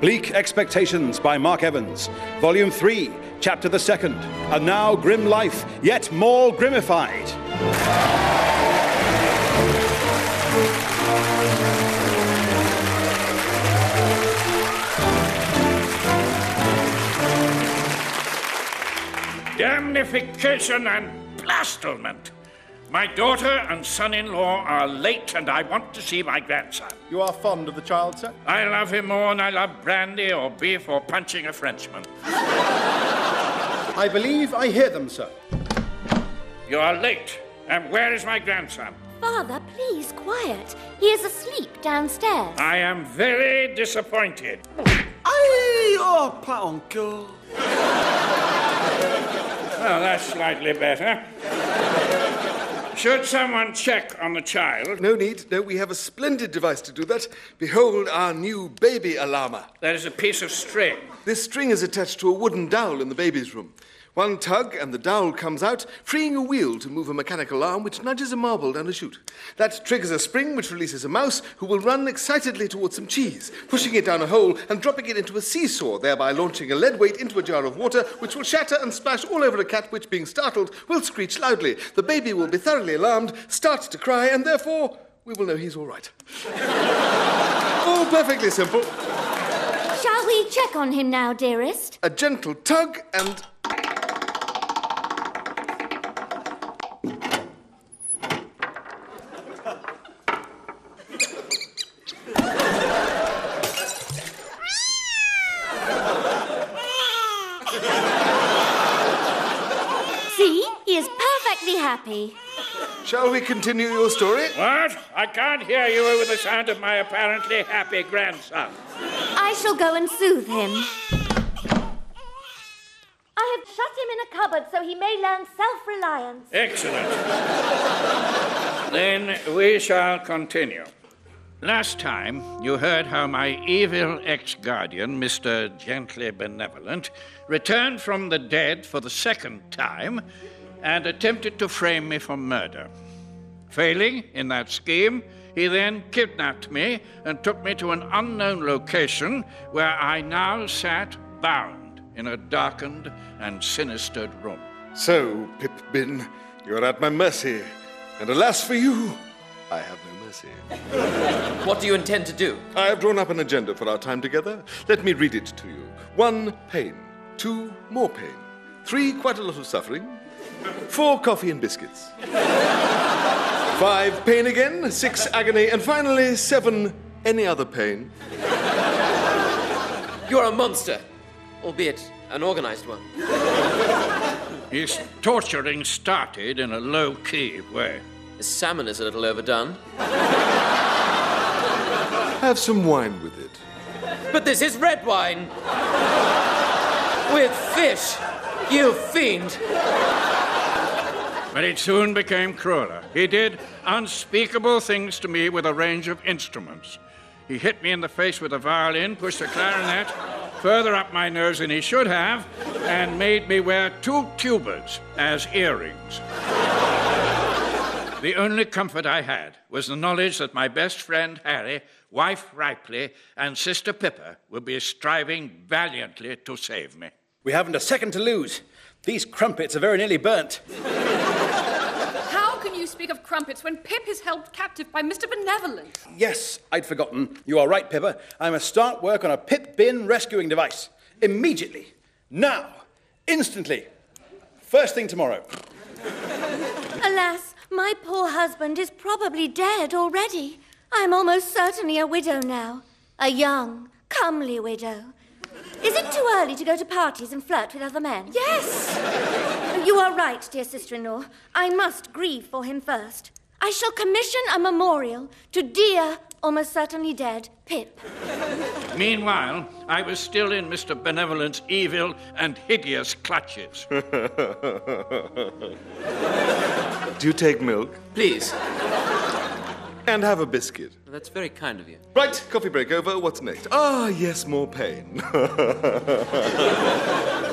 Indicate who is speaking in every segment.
Speaker 1: Bleak Expectations by Mark Evans, Volume 3, Chapter the Second, and now Grim Life, yet more grimified.
Speaker 2: Damnification and blastilment. My daughter and son in law are late, and I want to see my grandson.
Speaker 3: You are fond of the child, sir?
Speaker 2: I love him more than I love brandy or beef or punching a Frenchman.
Speaker 3: I believe I hear them, sir.
Speaker 2: You are late. And where is my grandson?
Speaker 4: Father, please, quiet. He is asleep downstairs.
Speaker 2: I am very disappointed.
Speaker 5: Aye, oh, pas encore.
Speaker 2: Well, that's slightly better. Should someone check on the child,
Speaker 5: No need, no, we have a splendid device to do that. Behold our new baby alarmer.
Speaker 2: there is a piece of string.
Speaker 5: This string is attached to a wooden dowel in the baby's room. One tug and the dowel comes out, freeing a wheel to move a mechanical arm which nudges a marble down a chute. That triggers a spring which releases a mouse who will run excitedly towards some cheese, pushing it down a hole and dropping it into a seesaw, thereby launching a lead weight into a jar of water which will shatter and splash all over a cat which, being startled, will screech loudly. The baby will be thoroughly alarmed, start to cry, and therefore we will know he's all right. all perfectly simple.
Speaker 4: Shall we check on him now, dearest?
Speaker 5: A gentle tug and.
Speaker 4: See, he is perfectly happy.
Speaker 5: Shall we continue your story?
Speaker 2: What? I can't hear you over the sound of my apparently happy grandson.
Speaker 4: I shall go and soothe him. I have shut him in a cupboard so he may learn self reliance.
Speaker 2: Excellent. then we shall continue. Last time, you heard how my evil ex guardian, Mr. Gently Benevolent, returned from the dead for the second time and attempted to frame me for murder. Failing in that scheme, he then kidnapped me and took me to an unknown location where I now sat bound in a darkened and sinistered room.
Speaker 5: So, Pip Bin, you're at my mercy. And alas for you, I have no mercy.
Speaker 6: What do you intend to do?
Speaker 5: I have drawn up an agenda for our time together. Let me read it to you. One, pain. Two, more pain. Three, quite a lot of suffering. Four, coffee and biscuits. Five, pain again. Six, agony. And finally, seven, any other pain.
Speaker 6: You're a monster, albeit an organized one.
Speaker 2: His torturing started in a low key way.
Speaker 6: The salmon is a little overdone.
Speaker 5: Have some wine with it.
Speaker 6: But this is red wine! With fish! You fiend!
Speaker 2: But it soon became crueler. He did unspeakable things to me with a range of instruments. He hit me in the face with a violin, pushed a clarinet further up my nose than he should have, and made me wear two tubas as earrings. The only comfort I had was the knowledge that my best friend Harry, wife Ripley, and sister Pippa would be striving valiantly to save me.
Speaker 7: We haven't a second to lose. These crumpets are very nearly burnt.
Speaker 8: How can you speak of crumpets when Pip is held captive by Mr. Benevolent?
Speaker 7: Yes, I'd forgotten. You are right, Pippa. I must start work on a pip bin rescuing device. Immediately. Now. Instantly. First thing tomorrow.
Speaker 4: Alas, my poor husband is probably dead already. I'm almost certainly a widow now. A young, comely widow. Is it too early to go to parties and flirt with other men?
Speaker 8: Yes!
Speaker 4: You are right, dear sister in law. I must grieve for him first. I shall commission a memorial to dear, almost certainly dead, Pip.
Speaker 2: Meanwhile, I was still in Mr. Benevolent's evil and hideous clutches.
Speaker 5: Do you take milk?
Speaker 6: Please.
Speaker 5: And have a biscuit.
Speaker 6: That's very kind of you.
Speaker 5: Right, coffee break over. What's next? Ah, yes, more pain.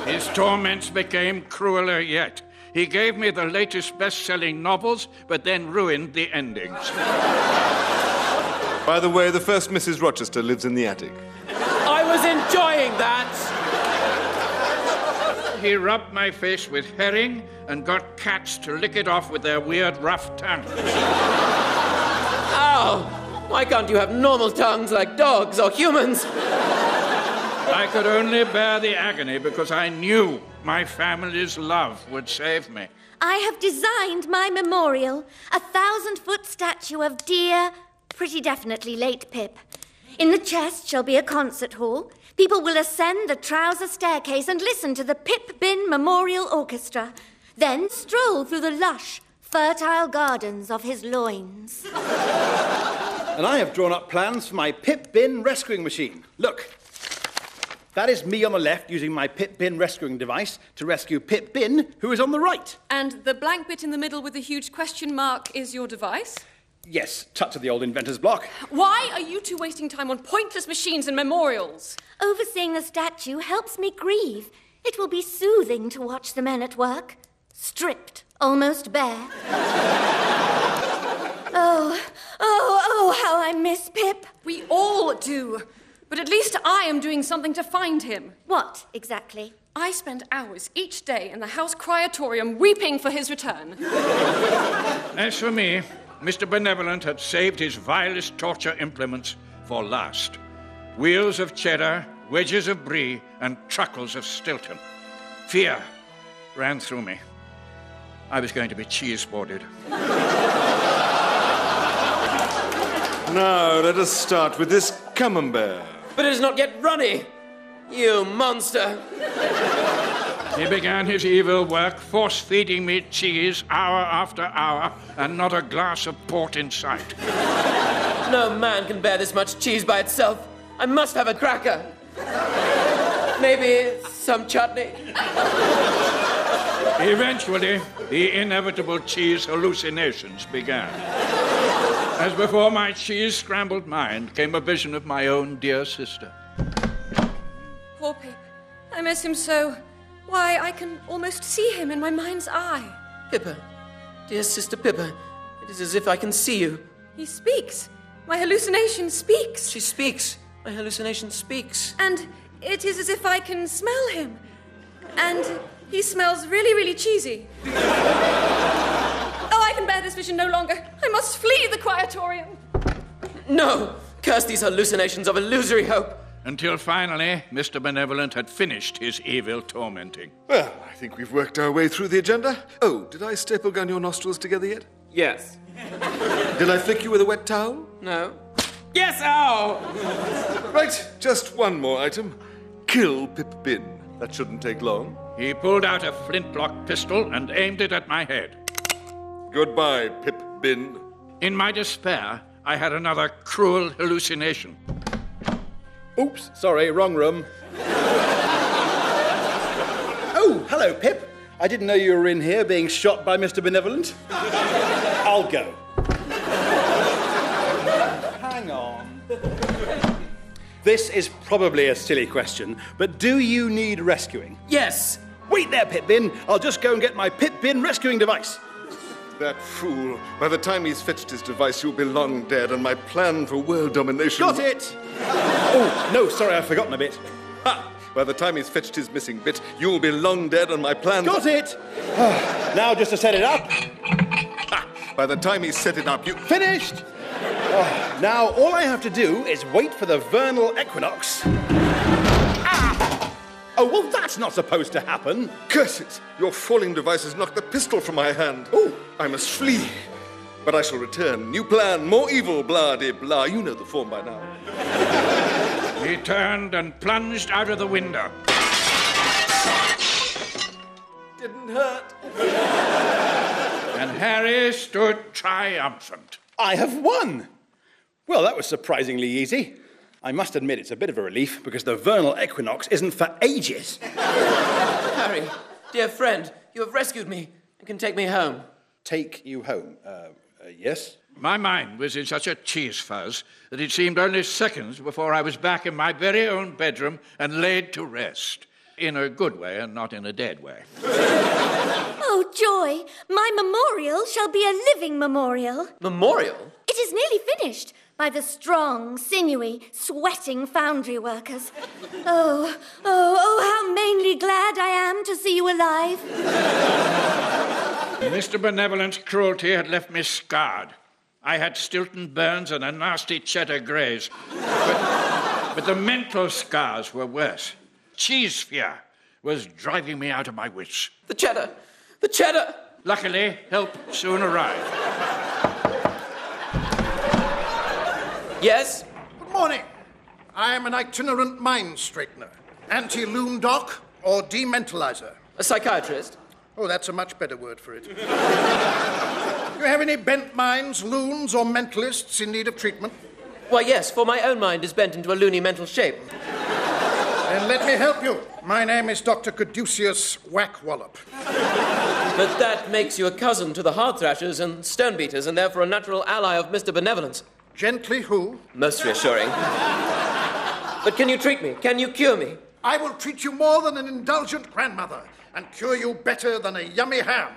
Speaker 2: His torments became crueler yet. He gave me the latest best selling novels, but then ruined the endings.
Speaker 5: By the way, the first Mrs. Rochester lives in the attic.
Speaker 6: I was in enjoying that.
Speaker 2: He rubbed my face with herring and got cats to lick it off with their weird rough tongue.
Speaker 6: Ow! Oh, Why can't you have normal tongues like dogs or humans?
Speaker 2: I could only bear the agony because I knew my family's love would save me.
Speaker 4: I have designed my memorial, a thousand foot statue of dear, pretty definitely late Pip. In the chest shall be a concert hall. People will ascend the trouser staircase and listen to the Pip Bin Memorial Orchestra, then stroll through the lush, fertile gardens of his loins.
Speaker 7: And I have drawn up plans for my pip bin rescuing machine. Look. That is me on the left using my pip bin rescuing device to rescue Pip Bin, who is on the right.
Speaker 8: And the blank bit in the middle with the huge question mark is your device?
Speaker 7: Yes, touch of the old inventor's block.
Speaker 8: Why are you two wasting time on pointless machines and memorials?
Speaker 4: Overseeing the statue helps me grieve. It will be soothing to watch the men at work, stripped, almost bare. oh, oh, oh, how I miss Pip.
Speaker 8: We all do. But at least I am doing something to find him.
Speaker 4: What exactly?
Speaker 8: I spend hours each day in the house crematorium weeping for his return.
Speaker 2: As for me, Mr. Benevolent had saved his vilest torture implements for last wheels of cheddar, wedges of brie, and truckles of Stilton. Fear ran through me. I was going to be cheese boarded.
Speaker 5: Now, let us start with this camembert.
Speaker 6: But it is not yet runny. You monster.
Speaker 2: He began his evil work, force feeding me cheese hour after hour, and not a glass of port in sight.
Speaker 6: No man can bear this much cheese by itself. I must have a cracker. Maybe some chutney.
Speaker 2: Eventually, the inevitable cheese hallucinations began. As before my cheese scrambled mind came a vision of my own dear sister.
Speaker 8: Poor Pip. I miss him so. Why, I can almost see him in my mind's eye.
Speaker 6: Pippa, dear sister Pippa, it is as if I can see you.
Speaker 8: He speaks. My hallucination speaks.
Speaker 6: She speaks. My hallucination speaks.
Speaker 8: And it is as if I can smell him. And he smells really, really cheesy. oh, I can bear this vision no longer. I must flee the quietorium.
Speaker 6: No! Curse these hallucinations of illusory hope.
Speaker 2: Until finally, Mr. Benevolent had finished his evil tormenting.
Speaker 5: Well, I think we've worked our way through the agenda. Oh, did I staple gun your nostrils together yet?
Speaker 6: Yes.
Speaker 5: Did I flick you with a wet towel?
Speaker 6: No. Yes, ow!
Speaker 5: Right, just one more item. Kill Pip Bin. That shouldn't take long.
Speaker 2: He pulled out a flintlock pistol and aimed it at my head.
Speaker 5: Goodbye, Pip Bin.
Speaker 2: In my despair, I had another cruel hallucination.
Speaker 7: Oops, sorry, wrong room. oh, hello, Pip. I didn't know you were in here being shot by Mr. Benevolent. I'll go. Hang on. This is probably a silly question, but do you need rescuing?
Speaker 6: Yes!
Speaker 7: Wait there, Pip Bin. I'll just go and get my Pip Bin rescuing device.
Speaker 5: That fool. By the time he's fetched his device, you'll be long dead, and my plan for world domination.
Speaker 7: Got it. oh, no, sorry, I've forgotten a bit.
Speaker 5: Ha! By the time he's fetched his missing bit, you'll be long dead, and my plan.
Speaker 7: Got it. now, just to set it up.
Speaker 5: By the time he's set it up, you.
Speaker 7: Finished. Oh, now, all I have to do is wait for the vernal equinox. Ah! Oh, well, that's not supposed to happen.
Speaker 5: Curses! Your falling device has knocked the pistol from my hand.
Speaker 7: Ooh.
Speaker 5: I must flee. But I shall return. New plan, more evil, blah de blah. You know the form by now.
Speaker 2: He turned and plunged out of the window.
Speaker 5: Didn't hurt.
Speaker 2: And Harry stood triumphant.
Speaker 7: I have won! Well, that was surprisingly easy. I must admit it's a bit of a relief because the vernal equinox isn't for ages.
Speaker 6: Harry, dear friend, you have rescued me and can take me home.
Speaker 7: Take you home. Uh, uh, yes?
Speaker 2: My mind was in such a cheese fuzz that it seemed only seconds before I was back in my very own bedroom and laid to rest. In a good way and not in a dead way.
Speaker 4: Oh, joy! My memorial shall be a living memorial.
Speaker 6: Memorial?
Speaker 4: It is nearly finished by the strong, sinewy, sweating foundry workers. Oh, oh, oh, how mainly glad I am to see you alive.
Speaker 2: Mr. Benevolent's cruelty had left me scarred. I had Stilton burns and a nasty cheddar graze. But, but the mental scars were worse. Cheese fear was driving me out of my wits.
Speaker 9: The cheddar! The cheddar!
Speaker 2: Luckily, help soon arrived.
Speaker 9: Yes?
Speaker 10: Good morning. I am an itinerant mind straightener, anti loom doc, or dementalizer.
Speaker 9: A psychiatrist?
Speaker 10: Oh, that's a much better word for it. Do you have any bent minds, loons, or mentalists in need of treatment?
Speaker 9: Why, yes, for my own mind is bent into a loony mental shape.
Speaker 10: Then let me help you. My name is Dr. Caduceus Whackwallop.
Speaker 9: But that makes you a cousin to the hard thrashers and stone beaters, and therefore a natural ally of Mr. Benevolence.
Speaker 10: Gently who?
Speaker 9: Most reassuring. but can you treat me? Can you cure me?
Speaker 10: I will treat you more than an indulgent grandmother and cure you better than a yummy ham.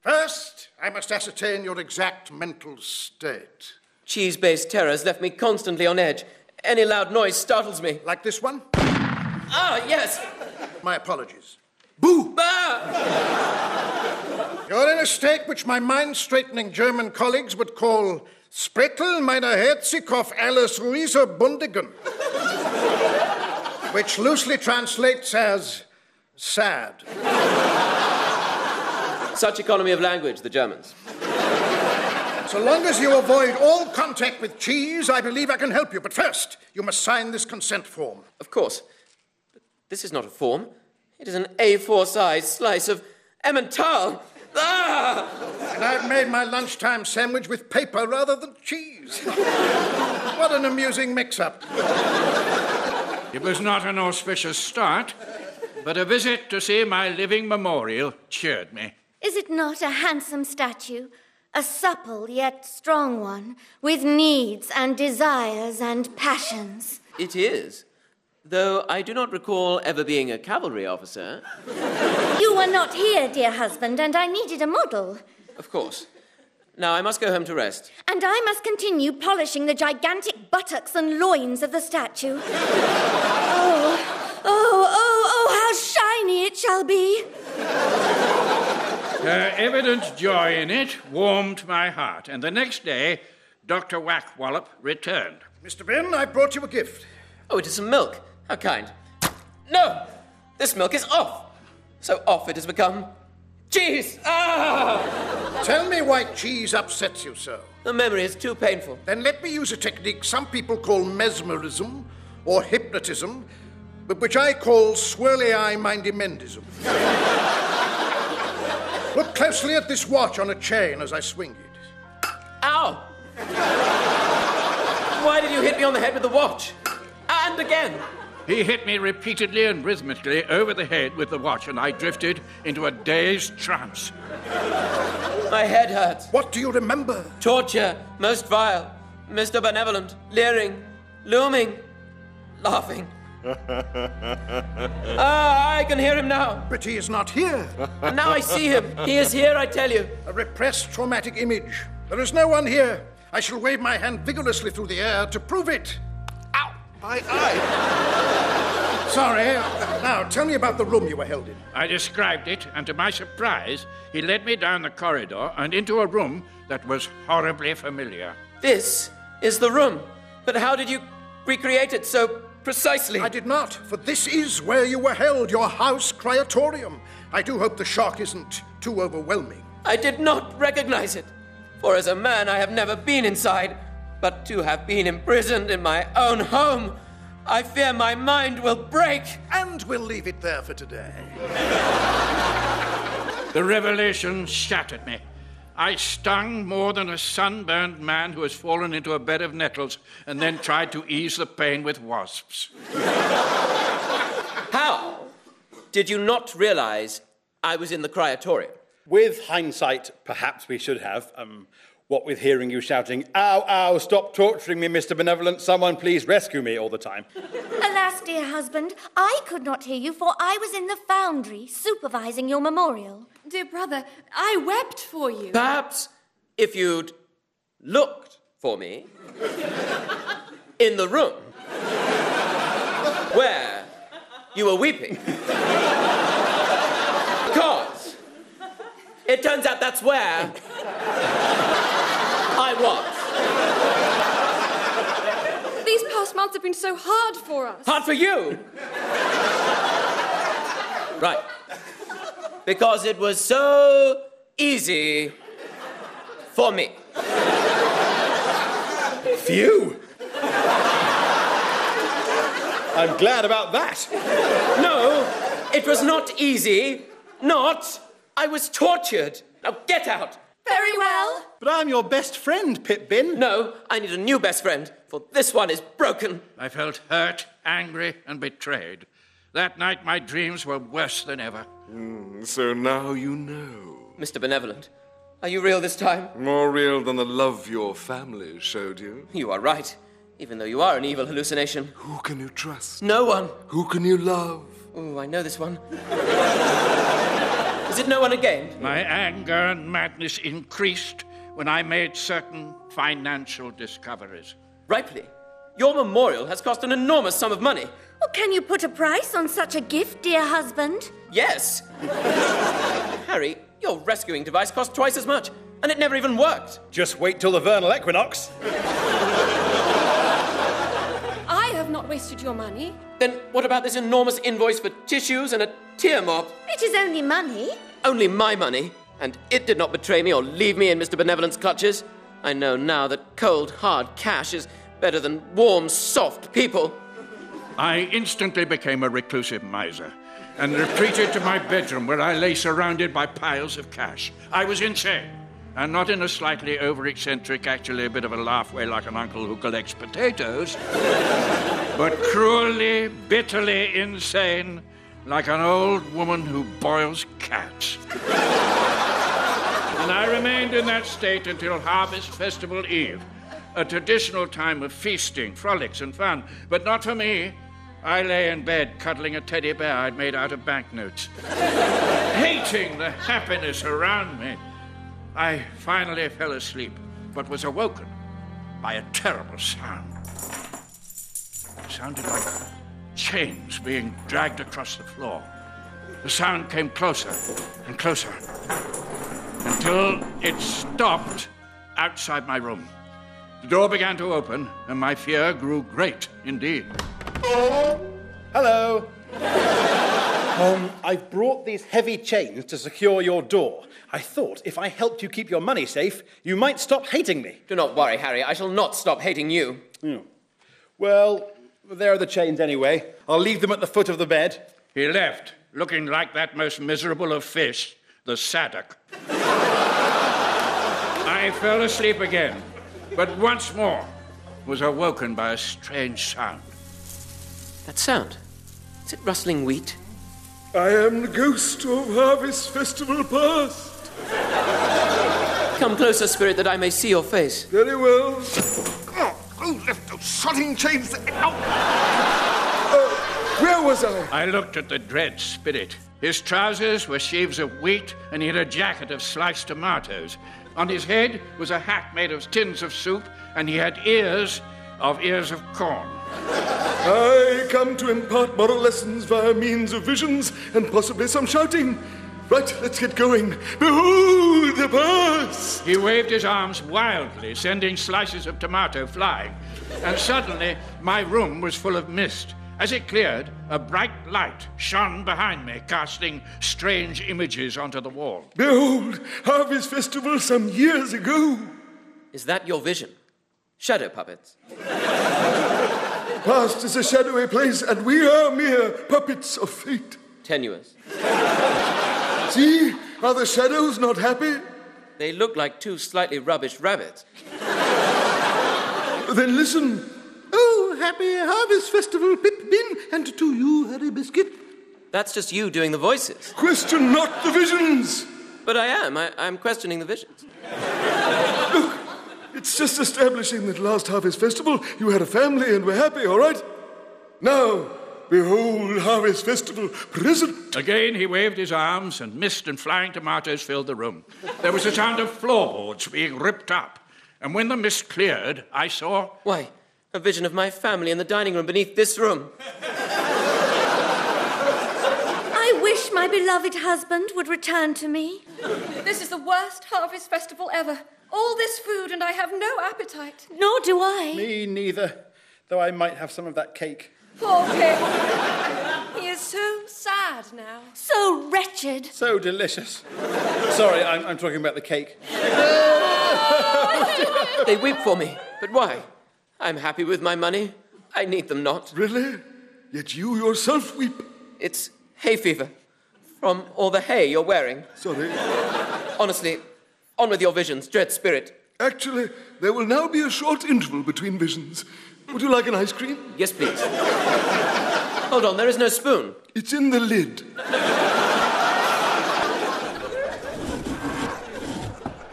Speaker 10: First, I must ascertain your exact mental state.
Speaker 9: Cheese based terrors left me constantly on edge. Any loud noise startles me.
Speaker 10: Like this one?
Speaker 9: Ah, yes!
Speaker 10: My apologies.
Speaker 9: Ah!
Speaker 10: You're in a state which my mind straightening German colleagues would call Sprettel meiner Herzikoff alles Ruizer Bundigen, which loosely translates as sad.
Speaker 9: Such economy of language, the Germans.
Speaker 10: So long as you avoid all contact with cheese, I believe I can help you. But first, you must sign this consent form.
Speaker 9: Of course. But this is not a form. It is an A4 size slice of Emmental. Ah!
Speaker 10: And I've made my lunchtime sandwich with paper rather than cheese. what an amusing mix up.
Speaker 2: It was not an auspicious start, but a visit to see my living memorial cheered me.
Speaker 4: Is it not a handsome statue? A supple yet strong one, with needs and desires and passions.
Speaker 9: It is. Though I do not recall ever being a cavalry officer.
Speaker 4: You were not here, dear husband, and I needed a model.
Speaker 9: Of course. Now I must go home to rest.
Speaker 4: And I must continue polishing the gigantic buttocks and loins of the statue. oh, oh, oh, oh, how shiny it shall be!
Speaker 2: Her Uh, evident joy in it warmed my heart, and the next day, Dr. Whackwallop returned.
Speaker 10: Mr. Bin, I brought you a gift.
Speaker 9: Oh, it is some milk. How kind. No! This milk is off! So off it has become. Cheese! Ah!
Speaker 10: Tell me why cheese upsets you so.
Speaker 9: The memory is too painful.
Speaker 10: Then let me use a technique some people call mesmerism or hypnotism, but which I call swirly eye mindimendism. Look closely at this watch on a chain as I swing it.
Speaker 9: Ow! Why did you hit me on the head with the watch? And again!
Speaker 2: He hit me repeatedly and rhythmically over the head with the watch, and I drifted into a dazed trance.
Speaker 9: My head hurts.
Speaker 10: What do you remember?
Speaker 9: Torture, most vile. Mr. Benevolent, leering, looming, laughing. ah, I can hear him now.
Speaker 10: But he is not here.
Speaker 9: And now I see him. He is here, I tell you.
Speaker 10: A repressed traumatic image. There is no one here. I shall wave my hand vigorously through the air to prove it.
Speaker 11: My eye.
Speaker 10: Sorry. Now, tell me about the room you were held in.
Speaker 2: I described it, and to my surprise, he led me down the corridor and into a room that was horribly familiar.
Speaker 9: This is the room. But how did you recreate it so precisely?
Speaker 10: I did not, for this is where you were held, your house cryotorium. I do hope the shock isn't too overwhelming.
Speaker 9: I did not recognize it. For as a man, I have never been inside. But to have been imprisoned in my own home, I fear my mind will break.
Speaker 10: And we'll leave it there for today.
Speaker 2: The revelation shattered me. I stung more than a sunburned man who has fallen into a bed of nettles and then tried to ease the pain with wasps.
Speaker 9: How did you not realize I was in the cryotorium?
Speaker 7: With hindsight, perhaps we should have. Um, what with hearing you shouting, ow, ow, stop torturing me, Mr. Benevolent, someone please rescue me all the time.
Speaker 4: Alas, dear husband, I could not hear you, for I was in the foundry supervising your memorial.
Speaker 8: Dear brother, I wept for you.
Speaker 9: Perhaps if you'd
Speaker 6: looked for me in the room where you were weeping. because it turns out that's where I was.
Speaker 8: These past months have been so hard for us.
Speaker 6: Hard for you. right. Because it was so easy for me.
Speaker 7: Phew! I'm glad about that.
Speaker 6: No, it was not easy. Not. I was tortured. Now get out.
Speaker 8: Very well.
Speaker 7: But I'm your best friend, Pip Bin.
Speaker 6: No, I need a new best friend, for this one is broken.
Speaker 2: I felt hurt, angry, and betrayed. That night, my dreams were worse than ever.
Speaker 5: So now you know.
Speaker 6: Mr. Benevolent, are you real this time?
Speaker 5: More real than the love your family showed you.
Speaker 6: You are right, even though you are an evil hallucination.
Speaker 5: Who can you trust?
Speaker 6: No one.
Speaker 5: Who can you love?
Speaker 6: Ooh, I know this one. is it no one again?
Speaker 2: My anger and madness increased when I made certain financial discoveries.
Speaker 6: Rightly. Your memorial has cost an enormous sum of money.
Speaker 4: Oh, can you put a price on such a gift, dear husband?
Speaker 6: Yes. Harry, your rescuing device cost twice as much, and it never even worked.
Speaker 7: Just wait till the vernal equinox.
Speaker 8: I have not wasted your money.
Speaker 6: Then what about this enormous invoice for tissues and a tear mop?
Speaker 4: It is only money.
Speaker 6: Only my money, and it did not betray me or leave me in Mr. Benevolent's clutches. I know now that cold, hard cash is better than warm, soft people.
Speaker 2: I instantly became a reclusive miser and retreated to my bedroom where I lay surrounded by piles of cash. I was insane. And not in a slightly over eccentric, actually a bit of a laugh way like an uncle who collects potatoes, but cruelly, bitterly insane like an old woman who boils cats. And I remained in that state until Harvest Festival Eve, a traditional time of feasting, frolics, and fun. But not for me. I lay in bed cuddling a teddy bear I'd made out of banknotes, hating the happiness around me. I finally fell asleep, but was awoken by a terrible sound. It sounded like chains being dragged across the floor. The sound came closer and closer until it stopped outside my room. The door began to open, and my fear grew great indeed.
Speaker 7: Hello. um, I've brought these heavy chains to secure your door. I thought if I helped you keep your money safe, you might stop hating me.
Speaker 6: Do not worry, Harry, I shall not stop hating you.
Speaker 7: Well, there are the chains anyway. I'll leave them at the foot of the bed.
Speaker 2: He left, looking like that most miserable of fish, the Saddock. I fell asleep again, but once more was awoken by a strange sound.
Speaker 6: That sound. Is it rustling wheat?
Speaker 5: I am the ghost of Harvest Festival Past.
Speaker 6: Come closer, spirit, that I may see your face.
Speaker 5: Very well. Oh, who left those sodding chains there? Ow. Uh, where was I?
Speaker 2: I looked at the dread spirit. His trousers were sheaves of wheat, and he had a jacket of sliced tomatoes. On his head was a hat made of tins of soup, and he had ears of ears of corn.
Speaker 5: I come to impart moral lessons via means of visions and possibly some shouting. Right, let's get going. Behold the past!
Speaker 2: He waved his arms wildly, sending slices of tomato flying. And suddenly, my room was full of mist. As it cleared, a bright light shone behind me, casting strange images onto the wall.
Speaker 5: Behold, Harvest Festival some years ago.
Speaker 6: Is that your vision? Shadow puppets.
Speaker 5: Past is a shadowy place, and we are mere puppets of fate.
Speaker 6: Tenuous.
Speaker 5: See, are the shadows not happy?
Speaker 6: They look like two slightly rubbish rabbits.
Speaker 5: Then listen. Oh, happy Harvest Festival, Pip Bin, and to you, Harry Biscuit.
Speaker 6: That's just you doing the voices.
Speaker 5: Question not the visions.
Speaker 6: But I am. I, I'm questioning the visions.
Speaker 5: It's just establishing that last Harvest Festival you had a family and were happy, all right? Now, behold Harvest Festival present.
Speaker 2: Again, he waved his arms, and mist and flying tomatoes filled the room. There was a sound of floorboards being ripped up, and when the mist cleared, I saw.
Speaker 6: Why, a vision of my family in the dining room beneath this room.
Speaker 4: I wish my beloved husband would return to me.
Speaker 8: This is the worst harvest festival ever. All this food, and I have no appetite.
Speaker 4: Nor do I.
Speaker 7: Me neither, though I might have some of that cake.
Speaker 8: Poor Pip. he is so sad now.
Speaker 4: So wretched.
Speaker 7: So delicious. Sorry, I'm, I'm talking about the cake.
Speaker 6: They weep for me, but why? I'm happy with my money. I need them not.
Speaker 5: Really? Yet you yourself weep.
Speaker 6: It's hay fever from all the hay you're wearing.
Speaker 5: Sorry.
Speaker 6: Honestly, on with your visions, dread spirit.
Speaker 5: Actually, there will now be a short interval between visions. Would you like an ice cream?
Speaker 6: Yes, please. Hold on, there is no spoon.
Speaker 5: It's in the lid.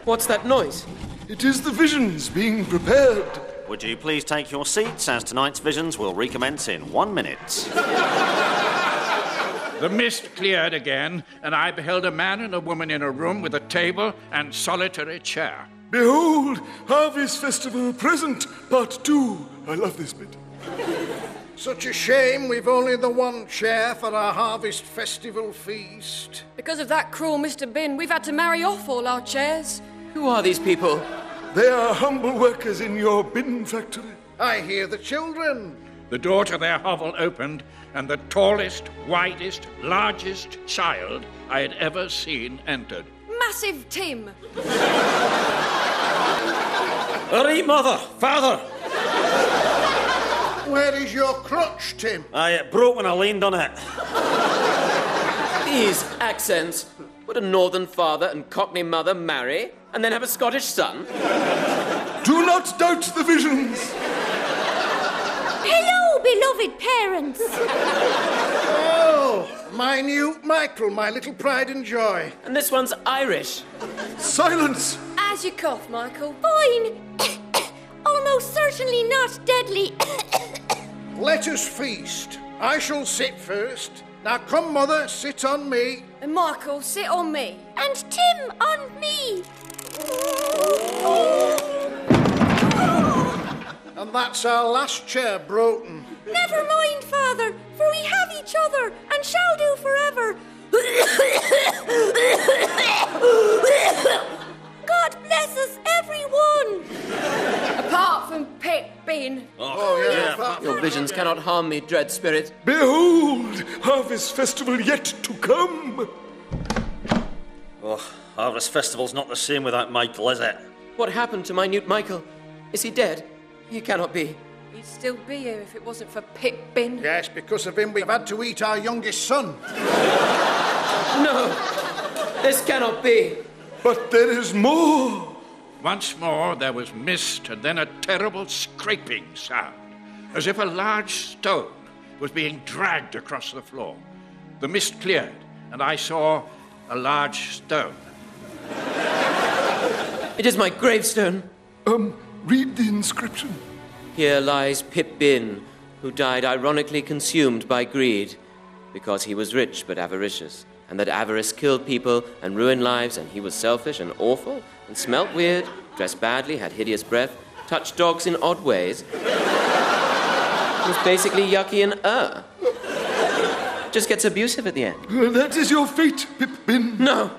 Speaker 6: What's that noise?
Speaker 5: It is the visions being prepared.
Speaker 9: Would you please take your seats as tonight's visions will recommence in one minute?
Speaker 2: The mist cleared again, and I beheld a man and a woman in a room with a table and solitary chair.
Speaker 5: Behold, Harvest Festival Present, Part 2. I love this bit.
Speaker 10: Such a shame we've only the one chair for our harvest festival feast.
Speaker 8: Because of that cruel Mr. Bin, we've had to marry off all our chairs.
Speaker 6: Who are these people?
Speaker 5: They are humble workers in your bin factory.
Speaker 10: I hear the children.
Speaker 2: The door to their hovel opened, and the tallest, widest, largest child I had ever seen entered.
Speaker 8: Massive Tim.
Speaker 9: Hurry, mother! Father!
Speaker 10: Where is your crutch, Tim?
Speaker 9: I it broke when I leaned on it.
Speaker 6: These accents. Would a northern father and cockney mother marry and then have a Scottish son?
Speaker 5: Do not doubt the visions.
Speaker 4: Hello, beloved parents.
Speaker 10: Oh, my new Michael, my little pride and joy.
Speaker 6: And this one's Irish.
Speaker 5: Silence.
Speaker 8: As you cough, Michael.
Speaker 4: Fine. Almost certainly not deadly.
Speaker 10: Let us feast. I shall sit first. Now come, mother, sit on me.
Speaker 8: And Michael, sit on me.
Speaker 4: and Tim on me.
Speaker 10: And that's our last chair, Broughton.
Speaker 4: Never mind, Father, for we have each other and shall do forever. God bless us, everyone.
Speaker 8: Apart from Pip Bin.
Speaker 5: Oh, yeah.
Speaker 6: Your visions cannot harm me, dread spirit.
Speaker 5: Behold, Harvest Festival yet to come.
Speaker 9: Oh, Harvest Festival's not the same without Michael, is it?
Speaker 6: What happened to minute Michael? Is he dead? He cannot be.
Speaker 8: He'd still be here if it wasn't for Pip Bin.
Speaker 10: Yes, because of him, we've had to eat our youngest son.
Speaker 6: No! This cannot be!
Speaker 5: But there is more.
Speaker 2: Once more there was mist and then a terrible scraping sound, as if a large stone was being dragged across the floor. The mist cleared, and I saw a large stone.
Speaker 6: It is my gravestone.
Speaker 5: Um, read the inscription.
Speaker 6: Here lies Pip Bin, who died ironically consumed by greed, because he was rich but avaricious, and that avarice killed people and ruined lives, and he was selfish and awful, and smelt weird, dressed badly, had hideous breath, touched dogs in odd ways. was basically yucky and er. Just gets abusive at the end.
Speaker 5: Uh, that is your fate, Pip Bin.
Speaker 6: No!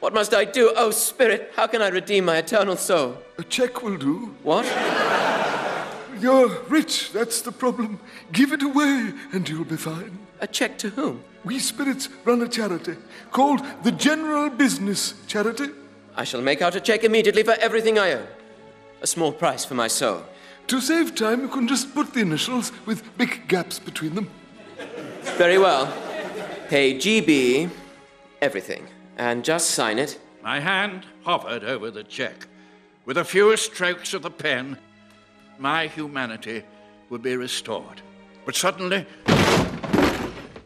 Speaker 6: What must I do, oh spirit? How can I redeem my eternal soul?
Speaker 5: A check will do.
Speaker 6: What?
Speaker 5: You're rich, that's the problem. Give it away and you'll be fine.
Speaker 6: A check to whom?
Speaker 5: We spirits run a charity called the General Business Charity.
Speaker 6: I shall make out a check immediately for everything I own. A small price for my soul.
Speaker 5: To save time, you can just put the initials with big gaps between them.
Speaker 6: Very well. Pay GB everything. And just sign it.
Speaker 2: My hand hovered over the check. With a few strokes of the pen, my humanity would be restored. But suddenly,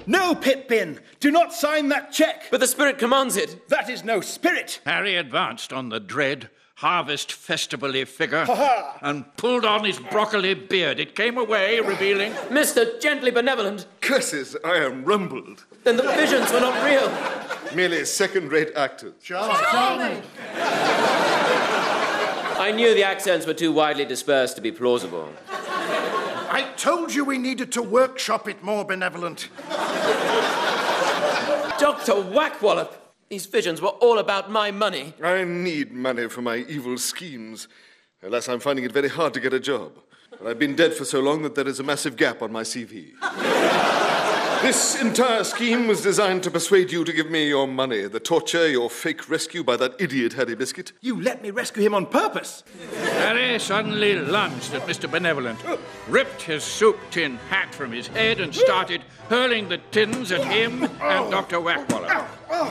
Speaker 7: No, Pipbin! Do not sign that check!
Speaker 6: But the spirit commands it.
Speaker 7: That is no spirit!
Speaker 2: Harry advanced on the dread harvest festival figure and pulled on his broccoli beard. It came away, revealing
Speaker 6: Mr. Gently Benevolent,
Speaker 5: Curses, I am rumbled.
Speaker 6: then the visions were not real.
Speaker 5: Merely second rate actors.
Speaker 10: Charles, Charles.
Speaker 6: I I knew the accents were too widely dispersed to be plausible.
Speaker 10: I told you we needed to workshop it more benevolent.
Speaker 6: Dr. Whackwallop, these visions were all about my money.
Speaker 5: I need money for my evil schemes. Alas, I'm finding it very hard to get a job. And I've been dead for so long that there is a massive gap on my CV. this entire scheme was designed to persuade you to give me your money, the torture, your fake rescue by that idiot Harry Biscuit.
Speaker 7: You let me rescue him on purpose.
Speaker 2: Harry suddenly lunged at Mr. Benevolent, ripped his soup tin hat from his head, and started hurling the tins at him and Dr. Whackwaller.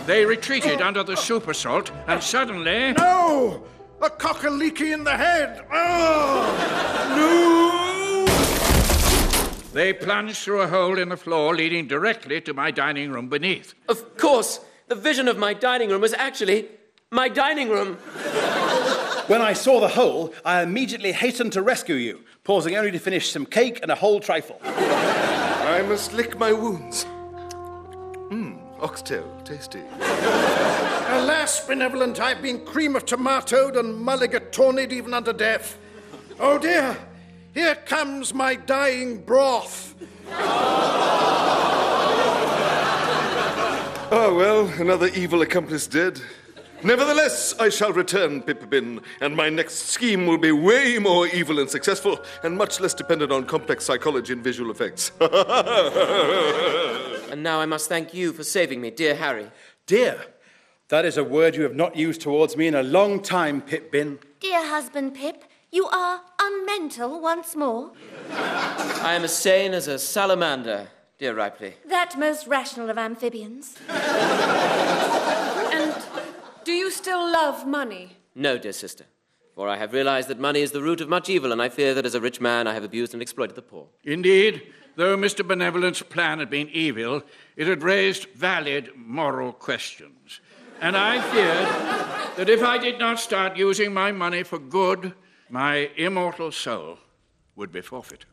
Speaker 2: They retreated under the soup assault, and suddenly.
Speaker 10: No! A cock a leaky in the head! Oh!
Speaker 2: They plunged through a hole in the floor leading directly to my dining room beneath.
Speaker 6: Of course, the vision of my dining room was actually my dining room.
Speaker 7: When I saw the hole, I immediately hastened to rescue you, pausing only to finish some cake and a whole trifle.
Speaker 5: I must lick my wounds. Mmm, oxtail, tasty.
Speaker 10: Alas, benevolent, I've been cream of tomatoed and mulligatawnied even unto death. Oh dear, here comes my dying broth.
Speaker 5: Oh, well, another evil accomplice dead. Nevertheless, I shall return, Pippin, and my next scheme will be way more evil and successful, and much less dependent on complex psychology and visual effects.
Speaker 6: And now I must thank you for saving me, dear Harry.
Speaker 7: Dear, that is a word you have not used towards me in a long time, Pipbin.
Speaker 4: Dear husband Pip, you are unmental once more.
Speaker 6: I am as sane as a salamander, dear Ripley.
Speaker 4: That most rational of amphibians.
Speaker 8: And do you still love money?
Speaker 6: No, dear sister, for I have realized that money is the root of much evil, and I fear that as a rich man I have abused and exploited the poor.
Speaker 2: Indeed, though Mr. Benevolent's plan had been evil, it had raised valid moral questions. And I feared that if I did not start using my money for good, my immortal soul would be forfeit.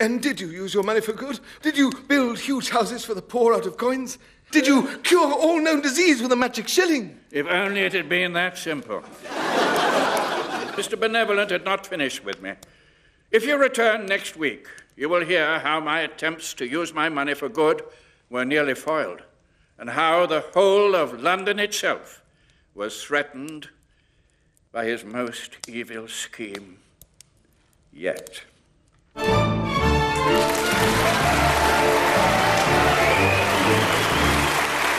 Speaker 5: and did you use your money for good? Did you build huge houses for the poor out of coins? Did you cure all known disease with a magic shilling?
Speaker 2: If only it had been that simple. Mr. Benevolent had not finished with me. If you return next week, you will hear how my attempts to use my money for good were nearly foiled, and how the whole of London itself was threatened by his most evil scheme yet.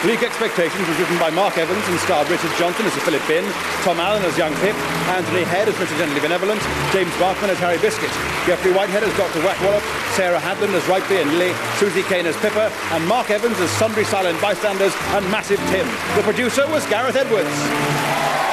Speaker 1: Bleak Expectations was written by Mark Evans and starred Richard Johnson as Sir Philip Bin, Tom Allen as Young Pip, Anthony Head as Mr. Gently Benevolent, James Barkman as Harry Biscuit, Geoffrey Whitehead as Dr. Whackwallop, Sarah Hadland as Rightby and Lily, Susie Kane as Pippa, and Mark Evans as Sundry Silent Bystanders and Massive Tim. The producer was Gareth Edwards.